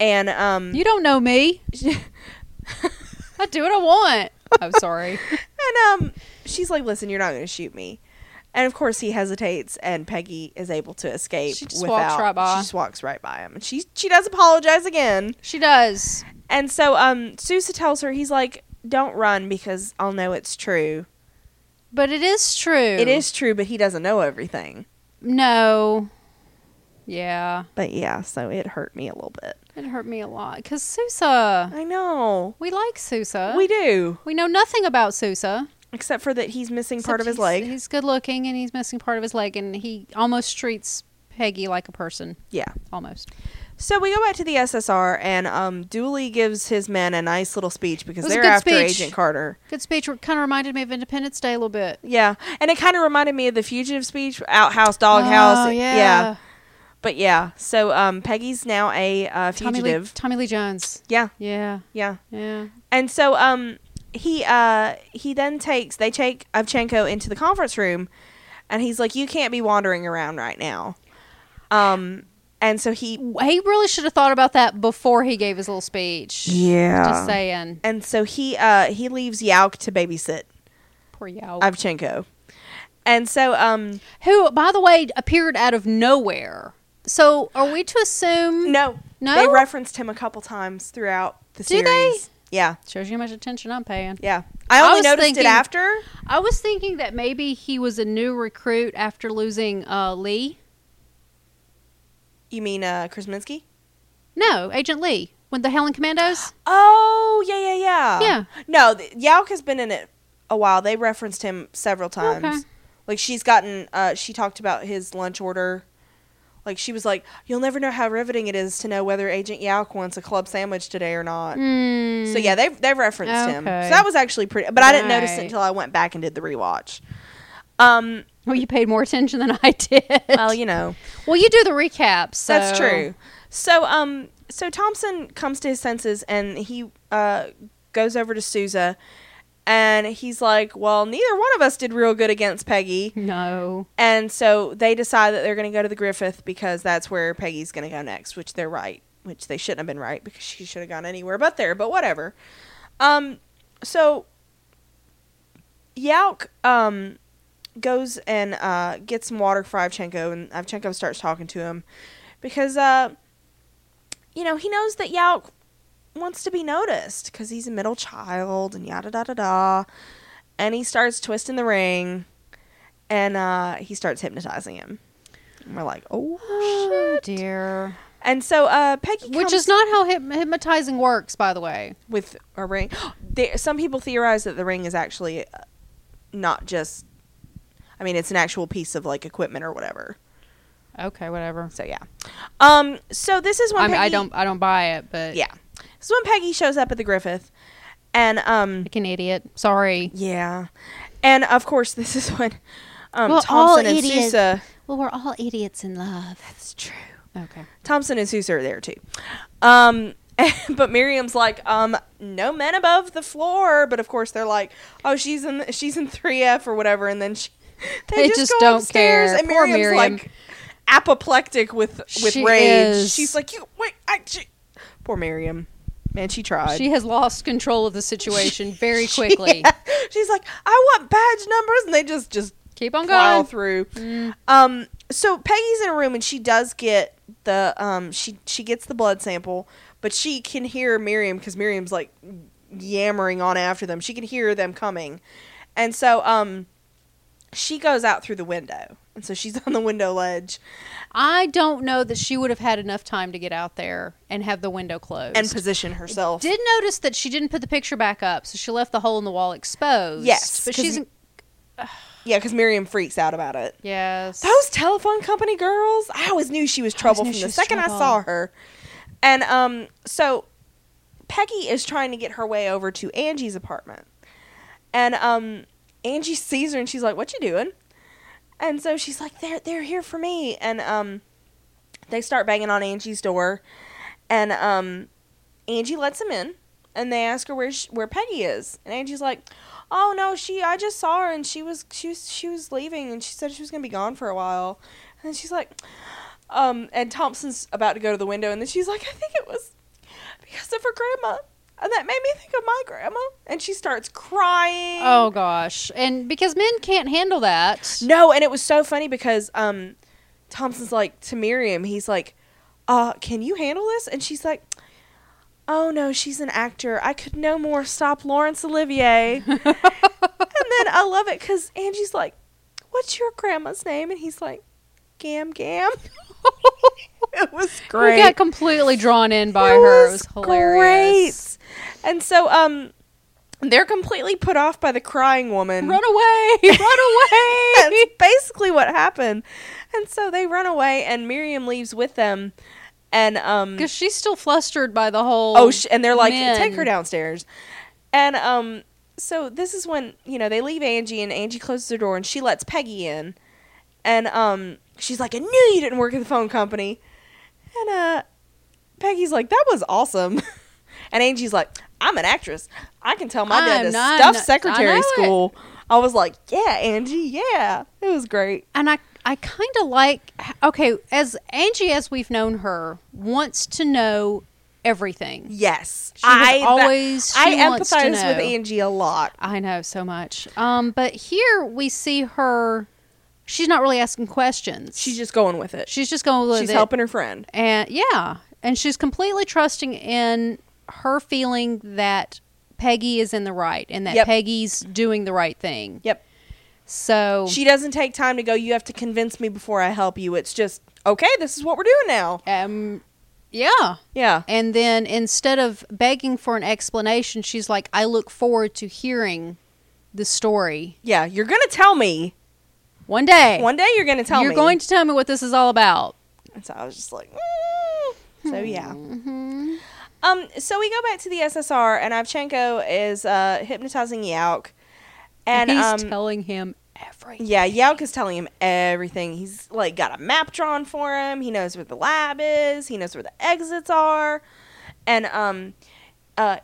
A: and um,
B: You don't know me. I do what I want. I'm sorry.
A: And um, she's like, "Listen, you're not going to shoot me." And of course, he hesitates, and Peggy is able to escape.
B: She just
A: without,
B: walks right by.
A: She just walks right by him, and she she does apologize again.
B: She does.
A: And so, um, Sousa tells her he's like, "Don't run because I'll know it's true.
B: But it is true.
A: It is true, but he doesn't know everything."
B: No. Yeah.
A: But yeah, so it hurt me a little bit.
B: It hurt me a lot. Because Sousa.
A: I know
B: We like Sousa.
A: we do,
B: we know nothing about Sousa.
A: except for that he's missing
B: except
A: part of his
B: he's-
A: leg.
B: He's good looking and he's missing part of his leg, and he almost treats Peggy like a person.
A: Yeah.
B: Almost.
A: So we go back to the SSR, and um, Dooley gives his men a nice little speech because
B: It was a
A: they're
B: good
A: after
B: speech.
A: Agent Carter.
B: Good speech. Kind of reminded me of Independence Day a little bit.
A: Yeah, and it kind of reminded me of the fugitive speech, outhouse, doghouse.
B: Oh,
A: yeah. but yeah. So um, Peggy's now a uh,
B: Tommy Lee,
A: fugitive.
B: Tommy Lee Jones.
A: Yeah,
B: Yeah.
A: yeah.
B: Yeah.
A: And so um, he uh, he then takes they take Ovchenko into the conference room, and he's like, "You can't be wandering around right now." Um, and so he
B: He really should have thought about that before he gave his little speech.
A: yeah.
B: Just saying.
A: And so he uh, he leaves Yauk to babysit
B: Poor Yao.
A: Ovchenko, and so um,
B: Who, by the way, appeared out of nowhere. So are we to assume?
A: no,
B: No?
A: they referenced him a couple times throughout the
B: Do
A: series.
B: they?
A: Yeah.
B: Shows you how much attention I'm paying.
A: Yeah. I
B: I
A: only
B: was
A: noticed it
B: thinking-
A: after.
B: I was thinking that maybe he was a new recruit after losing uh, Lee.
A: You mean uh Krasinski?
B: No, Agent Lee. When the Helen Commandos?
A: Oh, yeah, yeah, yeah.
B: Yeah.
A: No, th- Yauk has been in it a while. They referenced him several times.
B: Okay.
A: Like she's gotten uh she talked about his lunch order. Like she was like, "You'll never know how riveting it is to know whether Agent Yauk wants a club sandwich today or not."
B: Mm.
A: So yeah, they they referenced him. So
B: Okay.
A: that was actually pretty but I didn't notice it
B: Right.
A: until I went back and did the rewatch. Um
B: Well, you paid more attention than I did.
A: well, you know.
B: Well, you do the recaps.
A: That's true. So um so Thompson comes to his senses and he uh goes over to Sousa and he's like, "Well, neither one of us did real good against Peggy."
B: No.
A: And so they decide that they're going to go to the Griffith because that's where Peggy's going to go next, which they're right, which they shouldn't have been right because she should have gone anywhere but there, but whatever. Um so Yauk um, goes and uh, gets some water for Ivchenko, and Ivchenko starts talking to him because, uh, you know, he knows that Yauk wants to be noticed because he's a middle child and yada da da da. And he starts twisting the ring and uh, he starts hypnotizing him. And we're like, oh,
B: Oh,
A: shit.
B: dear.
A: And so uh, Peggy
B: Which
A: comes
B: is not how hyp- hypnotizing works, by the way.
A: with a ring. there, some people theorize that the ring is actually uh, not just. I mean, it's an actual piece of like equipment or whatever.
B: Okay, whatever.
A: So yeah. Um. So this is when
B: I mean, I
A: Peggy-
B: don't, I don't buy it, but
A: Yeah. This is when Peggy shows up at the Griffith, and um.
B: like an idiot. Sorry.
A: Yeah, and of course this is when um
B: Well, all
A: Thompson and
B: idiots.
A: Sousa.
B: Well, we're all idiots in love.
A: That's true.
B: Okay.
A: Thompson and Sousa are there too. Um, but Miriam's like, um, no men above the floor. But of course they're like, oh, she's in she's in three F or whatever, and then she they,
B: They
A: just,
B: just
A: go
B: don't
A: upstairs,
B: care.
A: And
B: Poor
A: Miriam's
B: Miriam.
A: like apoplectic with with
B: She
A: rage.
B: is.
A: She's like, you wait, I. She, poor Miriam, man, she tried.
B: She has lost control of the situation very quickly.
A: Yeah. She's like, I want badge numbers, and they just just
B: Keep on
A: plow
B: going.
A: through. Um, so Peggy's in a room and she does get the um she she gets the blood sample, but she can hear Miriam because Miriam's like yammering on after them. She can hear them coming, and so um she goes out through the window, and so she's on the window ledge
B: I don't know that she would have had enough time to get out there and have the window closed.
A: and position herself.
B: did notice that she didn't put the picture back up, so she left the hole in the wall exposed.
A: Yes,
B: but
A: 'cause
B: she's
A: m-
B: in-
A: yeah, because Miriam freaks out about it.
B: yes.
A: those telephone company girls i always knew she was trouble
B: knew
A: from
B: she
A: the
B: was
A: second i
B: trouble.
A: saw her and um so peggy is trying to get her way over to angie's apartment and um angie sees her and she's like what you doing and so she's like they're they're here for me and um they start banging on angie's door and um angie lets them in and they ask her where she, where peggy is and angie's like oh no she i just saw her and she was she was she was leaving and she said she was gonna be gone for a while and then she's like um and thompson's about to go to the window and then she's like i think it was because of her grandma and that made me think of my grandma and she starts crying
B: Oh gosh, and because men can't handle that.
A: no, and it was so funny because um, Thompson's like to Miriam, he's like, "Uh, can you handle this?" And she's like, "Oh no, she's an actor. I could no more stop Laurence Olivier." and then I love it because Angie's like, "What's your grandma's name?" And he's like, "Gam Gam." it was
B: We got completely drawn in by
A: it
B: her. It
A: was
B: was hilarious.
A: Great. And so um, they're completely put off by the crying woman.
B: Run away! Run
A: That's
B: away!
A: basically what happened. And so they run away, and Miriam leaves with them. And um,
B: Because she's still flustered by the whole.
A: oh, sh- and they're like,
B: men.
A: take her downstairs. And um, so this is when you know they leave Angie, and Angie closes her door, and she lets Peggy in. And um, she's like, I knew you didn't work at the phone company. And uh, Peggy's like, that was awesome. and Angie's like, I'm an actress. I can tell my dad
B: I'm
A: to
B: not-
A: stuff
B: I
A: secretary
B: know it."
A: school. I was like, yeah, Angie, yeah. It was great.
B: and I I kind of like okay as Angie as we've known her wants to know everything.
A: Yes,
B: She was always-
A: I
B: she wants to
A: empathize
B: know.
A: with Angie a lot.
B: I know so much. Um, but here we see her. She's not really asking questions.
A: She's just going with it.
B: she's just going with
A: She's
B: it.
A: helping her friend.
B: and yeah, and she's completely trusting in her feeling that Peggy is in the right and that
A: Yep.
B: Peggy's doing the right thing.
A: Yep.
B: So
A: She doesn't take time to go. You have to convince me before I help you. It's just okay. This is what we're doing now.
B: um, yeah.
A: Yeah.
B: And then instead of begging for an explanation, she's like, I look forward to hearing the story
A: Yeah. You're gonna tell me
B: one day.
A: one day. You're gonna tell
B: You're
A: me.
B: going to tell me what this is all about.
A: And so I was just like, mm. so yeah.
B: Mm-hmm.
A: Um. So we go back to the SSR, and Ivchenko is uh, hypnotizing Yauk, and
B: He's
A: um,
B: telling him everything.
A: Yeah, Yauk is telling him everything. He's like got a map drawn for him. He knows where the lab is. He knows where the exits are. And um, uh,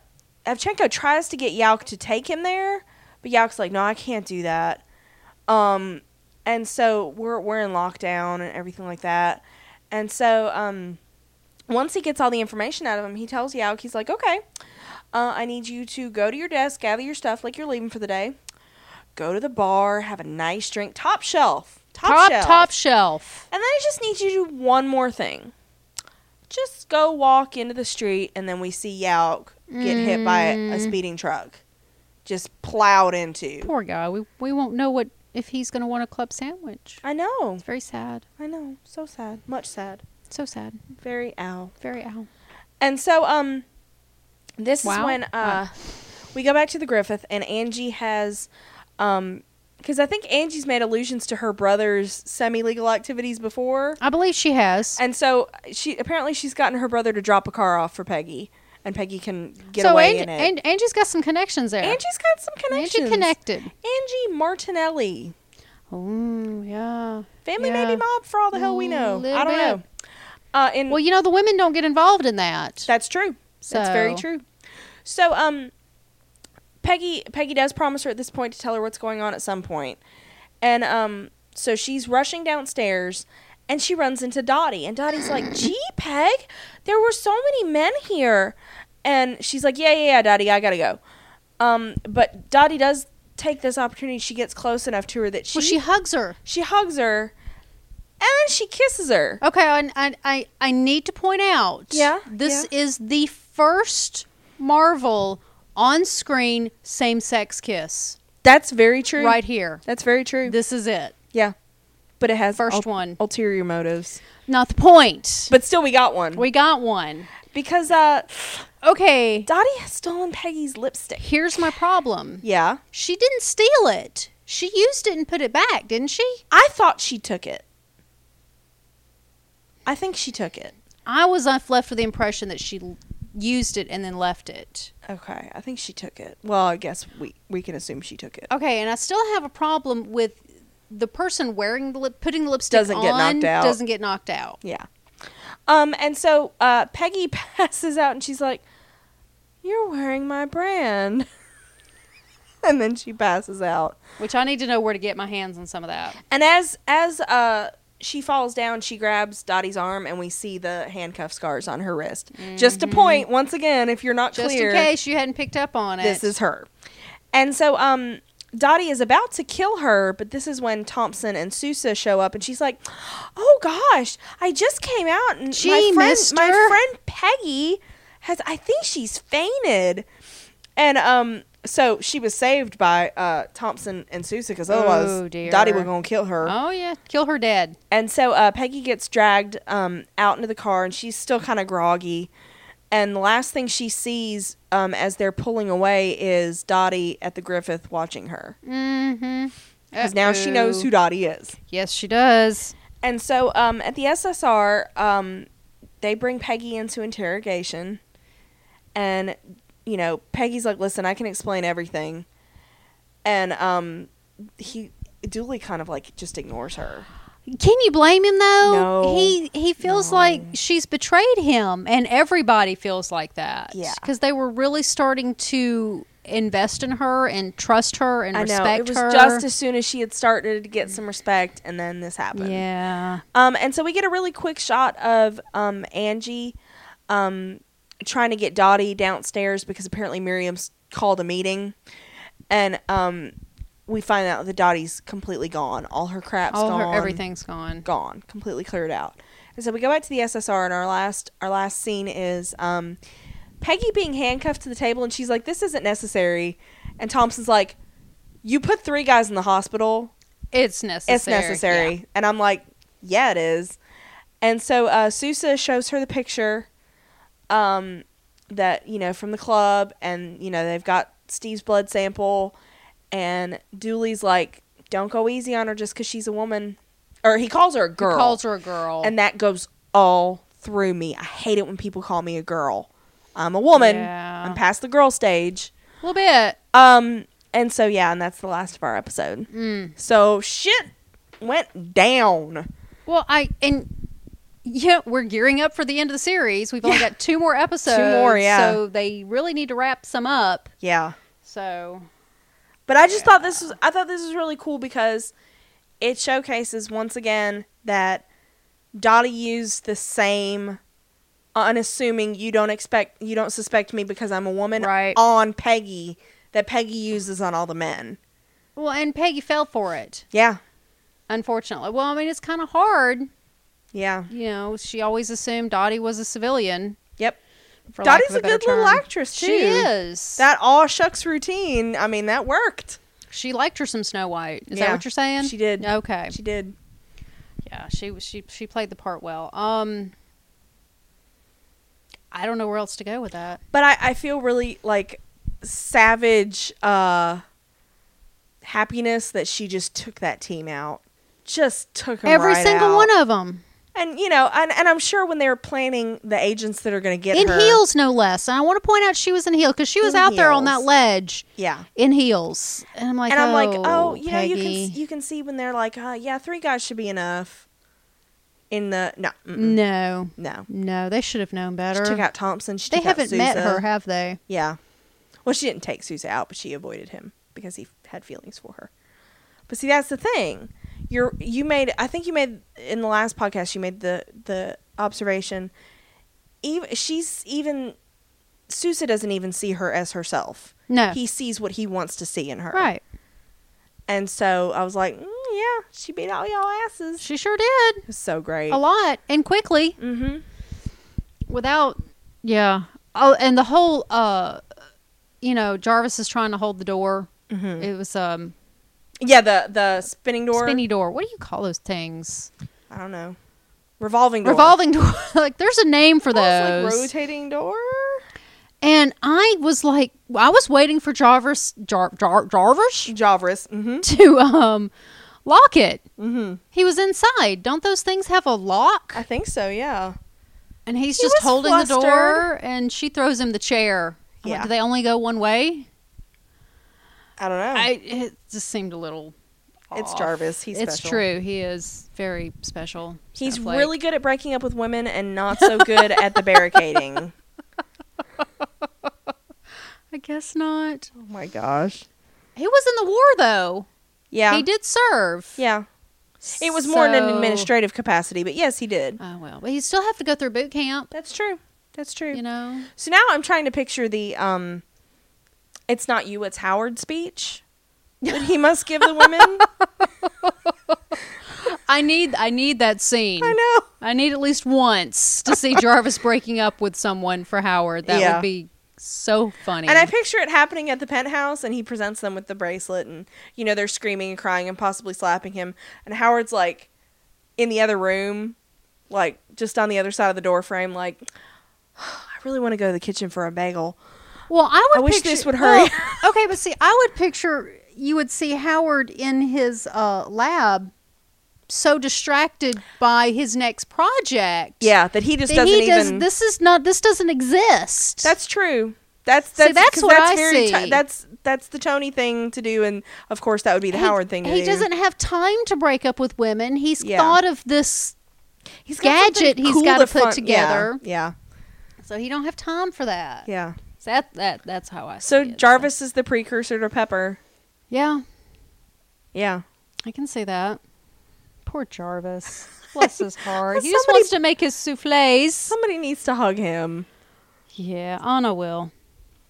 A: Evchenko tries to get Yauk to take him there, but Yauk's like, "No, I can't do that." Um, and so we're we're in lockdown and everything like that. And so um, once he gets all the information out of him, he tells Yauk, he's like, "Okay, uh, I need you to go to your desk, gather your stuff like you're leaving for the day." go to the bar, have a nice drink, top shelf, top,
B: top
A: shelf.
B: top shelf.
A: And then I just need you to do one more thing. Just go walk into the street, and then we see Yauk get hit by a, a
B: Mm.
A: speeding truck, just plowed into.
B: Poor guy. We we won't know what if he's going to want a club sandwich.
A: I know,
B: It's very sad.
A: I know, so sad, much sad,
B: So sad.
A: very ow.
B: Very ow.
A: And so, um, this is
B: Wow.
A: when uh, we go back to the Griffith, and Angie has, um, because I think Angie's made allusions to her brother's semi-legal activities before,
B: I believe she has.
A: and so she apparently she's gotten her brother to drop a car off for Peggy, and Peggy can get
B: so
A: away
B: Angie,
A: in it.
B: Ang- Angie's got some connections there.
A: Angie's got some connections.
B: Angie connected.
A: Angie Martinelli,
B: Oh yeah.
A: family
B: Yeah.
A: maybe mob for all the hell we
B: Mm,
A: know.
B: little
A: I don't
B: bit.
A: know. Uh, and
B: Well, you know the women don't get involved in that.
A: That's true. That's very
B: So-
A: true. So, um, Peggy Peggy does promise her at this point to tell her what's going on at some point, and um, so she's rushing downstairs, and she runs into Dottie, and Dottie's like, "Gee, Peg, there were so many men here," and she's like, "Yeah, yeah, yeah, Dottie, I gotta go." Um, but Dottie does take this opportunity. She gets close enough to her that she
B: well, she hugs her.
A: she hugs her, and then she kisses her.
B: Okay, and I, I I need to point out.
A: Yeah,
B: This is the first Marvel on-screen same-sex kiss
A: That's very true.
B: right here.
A: That's very true.
B: This is it.
A: Yeah. But it has
B: First
A: ul-
B: one.
A: ulterior motives.
B: Not the point.
A: But still, we got one.
B: We got one.
A: Because uh,
B: Okay.
A: Dottie has stolen Peggy's lipstick.
B: Here's my problem.
A: Yeah.
B: She didn't steal it. She used it and put it back, didn't she?
A: I thought she took it. I think she took it.
B: I was left left with the impression that she l- used it and then left it.
A: Okay. I think she took it. Well, I guess we, we can assume she took it.
B: Okay, and I still have a problem with the person wearing the lip, putting the lipstick
A: Doesn't get
B: on
A: knocked out.
B: Doesn't get knocked out.
A: Yeah. Um, and so uh, Peggy passes out and she's like, You're wearing my brand. and then she passes out.
B: Which I need to know where to get my hands on some of that.
A: And as as uh she falls down, she grabs Dottie's arm, and we see the handcuff scars on her wrist. Just to point once again, if you're not
B: Mm-hmm. Just
A: clear,
B: in case you hadn't picked up on it.
A: this is her. And so, um, Dottie is about to kill her, but this is when Thompson and Sousa show up, and she's like, "Oh gosh, I just came out, and
B: Gee,
A: my friend, my
B: mister."
A: friend Peggy has, I think she's fainted." And um, so she was saved by uh Thompson and Sousa because otherwise
B: Oh, dear.
A: Dottie were gonna kill her.
B: Oh yeah, kill her dead.
A: And so uh, Peggy gets dragged um, out into the car, and she's still kind of groggy. And the last thing she sees um, as they're pulling away is Dottie at the Griffith watching her.
B: Mm-hmm.
A: Because now she knows who Dottie is.
B: Yes, she does.
A: And so um, at the SSR, um, they bring Peggy into interrogation. And, you know, Peggy's like, listen, I can explain everything. And um, he, Dooley kind of like just ignores her.
B: Can you blame him though?
A: No.
B: He he feels
A: No.
B: like she's betrayed him, and everybody feels like that.
A: Yeah.
B: because they were really starting to invest in her and trust her and respect
A: It was
B: her.
A: just as soon as she had started to get some respect, and then this happened.
B: yeah.
A: Um, and so we get a really quick shot of um, Angie um, trying to get Dottie downstairs because apparently Miriam's called a meeting, and um, we find out that Dottie's completely gone. All her crap's
B: All
A: gone.
B: her everything's gone.
A: gone, completely cleared out. And so we go back to the SSR, and our last our last scene is um, Peggy being handcuffed to the table, and she's like, "This isn't necessary," and Thompson's like, "You put three guys in the hospital.
B: It's necessary.
A: It's necessary." And I'm like, "Yeah, it is." And so uh, Sousa shows her the picture um, that you know from the club, and you know they've got Steve's blood sample, and Dooley's like, "Don't go easy on her just because she's a woman." Or he calls her a
B: Yeah.
A: girl.
B: Calls her a girl.
A: And that goes all through me. I hate it when people call me a girl. I'm a woman.
B: Yeah.
A: I'm past the girl stage.
B: a little bit.
A: Um, and so yeah, and that's the last of our episode.
B: Mm.
A: So shit went down.
B: Well, I and yeah, we're gearing up for the end of the series. We've only
A: Yeah.
B: got two more episodes.
A: yeah.
B: So they really need to wrap some up.
A: Yeah.
B: So
A: But I just thought this was I thought this was really cool because it showcases once again that Dottie used the same unassuming you don't expect you don't suspect me because I'm a woman
B: Right.
A: on Peggy that Peggy uses on all the men.
B: Well, and Peggy fell for it,
A: Yeah.
B: unfortunately. Well, I mean, it's kind of hard.
A: Yeah.
B: You know, she always assumed Dottie was a civilian.
A: Yep.
B: For lack
A: Dottie's
B: of a,
A: a,
B: better
A: good little
B: term.
A: actress too.
B: She is.
A: That all shucks routine. I mean, that worked.
B: she liked her some Snow White. Is
A: Yeah,
B: that what you're saying?
A: she did.
B: Okay.
A: She did.
B: yeah, she was. She she played the part well. Um, I don't know where else to go with that.
A: But I, I feel really like savage uh happiness that she just took that team out. Just took 'em
B: Every
A: right
B: single
A: out.
B: one of them
A: And you know, and, and I'm sure when they were planning the agents that are going to get
B: in
A: her,
B: heels, no less. And I want to point out she was in heels because she was
A: In
B: out there on that
A: heels.
B: ledge
A: yeah.
B: in heels. And I'm like,
A: and I'm
B: oh,
A: like, oh, you know,
B: Peggy.
A: you can s- you can see when they're like, uh, yeah, three guys should be enough. In the no, mm-mm,
B: no,
A: no,
B: no, they should have known
A: she
B: better.
A: took out Thompson. She
B: they
A: took out
B: haven't met
A: Sousa.
B: her, have they?
A: Yeah. Well, she didn't take Sousa out, but she avoided him because he had feelings for her. But see, that's the thing. You're you made. I think you made in the last podcast. You made the the observation. Even she's even. Sousa doesn't even see her as herself.
B: No,
A: He sees what he wants to see in her.
B: right.
A: And so I was like, mm, yeah, she beat all y'all asses.
B: She Oh. sure did
A: It was so great.
B: a lot and quickly.
A: Mm-hmm.
B: without yeah oh and the whole uh you know jarvis is trying to hold the door
A: Mm-hmm.
B: it was um
A: Yeah, the the spinning door.
B: spinny door what do you call those things
A: I don't know. Revolving door.
B: revolving door like there's a name for
A: Oh,
B: those
A: it's like rotating door.
B: and i was like i was waiting for jarvis Jar, Jar, jarvis
A: Javris. Mm-hmm.
B: to um lock it
A: Mm-hmm.
B: he was inside don't those things have a lock
A: I think so. Yeah.
B: and he's
A: He
B: just
A: was
B: holding the door
A: flustered.
B: and she throws him the chair I'm like,
A: Yeah.
B: do they only go one way
A: I don't know.
B: I it just seemed a little.
A: it's
B: off.
A: Jarvis. He's
B: it's
A: special.
B: true. He is very special.
A: He's
B: snowflake.
A: really good at breaking up with women and not so good at the barricading.
B: I guess not.
A: Oh my gosh.
B: He was in the war though.
A: Yeah.
B: He did serve.
A: Yeah. It was more in an
B: So-
A: administrative capacity, but yes, he did.
B: Oh well, but he still have to go through boot camp.
A: That's true. That's true.
B: You know.
A: So now I'm trying to picture the um it's not you, it's Howard speech that he must give the women.
B: I need I need that scene.
A: I know.
B: I need at least once to see Jarvis breaking up with someone for Howard. That
A: Yeah.
B: would be so funny.
A: And I picture it happening at the penthouse, and he presents them with the bracelet, and you know they're screaming and crying and possibly slapping him. And Howard's like in the other room, like just on the other side of the door frame, like I really want to go to the kitchen for a bagel.
B: Well, I would.
A: I wish
B: picture-
A: this would hurry.
B: Well, okay, but see, I would picture you would see Howard in his uh, lab, so distracted by his next project.
A: Yeah, that he just
B: that
A: doesn't
B: he does.
A: even.
B: This is not. This doesn't exist.
A: that's true. That's
B: See,
A: that's
B: that's
A: 'cause
B: what I
A: very
B: see.
A: that's that's the Tony thing to do, and of course that would be the
B: He-
A: Howard thing. To
B: He
A: do.
B: doesn't have time to break up with women. He's
A: Yeah.
B: thought of this,
A: He's
B: gadget
A: something
B: he's gotta
A: to
B: put
A: fun- yeah,
B: together.
A: Yeah,
B: so he don't have time for that.
A: yeah.
B: So that that that's how I.
A: So
B: see it,
A: Jarvis is the precursor to Pepper.
B: Yeah,
A: Yeah.
B: I can see that. Poor Jarvis. Bless his heart. he just
A: Somebody-
B: wants to make his souffles.
A: Somebody needs to hug him.
B: Yeah, Anna will.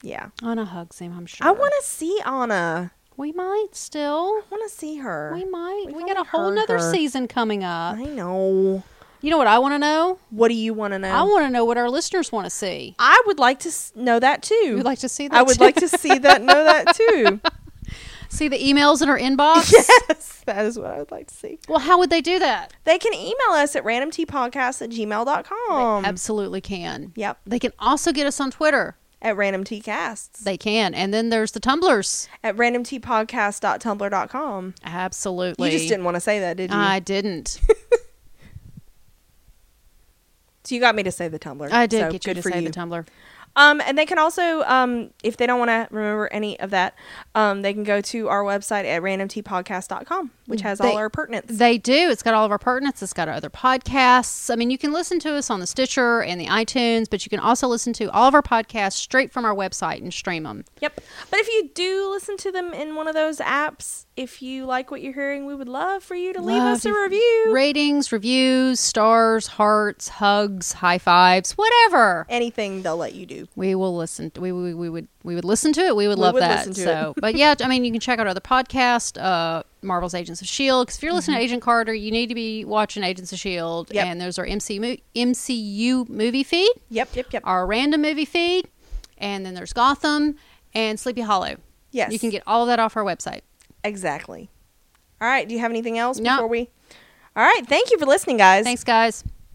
A: Yeah.
B: Anna hugs him, I'm sure.
A: I want to see Anna.
B: We might still.
A: I want to see her.
B: We might.
A: We've
B: We got a
A: only
B: whole
A: heard
B: nother
A: her.
B: season coming up.
A: I know.
B: You know what I want to know?
A: What do you want to know?
B: I want to know what our listeners want to see.
A: I would like to s- know that too.
B: You'd like to see that?
A: I would
B: too?
A: like to see that. Know that too.
B: see the emails in our inbox.
A: yes, that is what I would like to see.
B: Well, how would they do that?
A: They can email us at randomtpodcast at gmail.com.
B: they absolutely can.
A: yep,
B: They can also get us on Twitter.
A: at randomtcasts
B: They can. And then there's the Tumblers.
A: at randomtpodcast.tumblr.com.
B: Absolutely.
A: You just didn't want to say that, did you?
B: I didn't.
A: so you got me to say the Tumblr.
B: I did
A: So
B: get you
A: good
B: to
A: for
B: say
A: you.
B: the Tumblr.
A: Um, and they can also, um, if they don't want to remember any of that, um, they can go to our website at randomtpodcast.com, which has
B: They-
A: all our pertinents.
B: They do. It's got all of our pertinents. It's got our other podcasts. I mean, you can listen to us on the Stitcher and the iTunes, but you can also listen to all of our podcasts straight from our website and stream them.
A: yep. But if you do listen to them in one of those apps, if you like what you're hearing, we would love for you to leave
B: Love
A: us a
B: to-
A: review.
B: Ratings, reviews, stars, hearts, hugs, high fives, whatever.
A: Anything they'll let you do. to.
B: We will listen. We, we, we would we would listen to it. We would
A: We
B: love
A: would
B: that.
A: listen to
B: so, but yeah, I mean, you can check out our other podcast, uh, Marvel's Agents of Shield. Because if you're listening to Agent Carter, you need to be watching Agents of Shield,
A: Mm-hmm. Yep.
B: E and there's our MC mo- MCU movie feed,
A: Yep, yep, yep.
B: our random movie feed, and then there's Gotham and Sleepy Hollow.
A: Yes.
B: you can get all that off our website.
A: Exactly. All right. Do you have anything else
B: No.
A: before we? All right. Thank you for listening, guys.
B: Thanks, guys.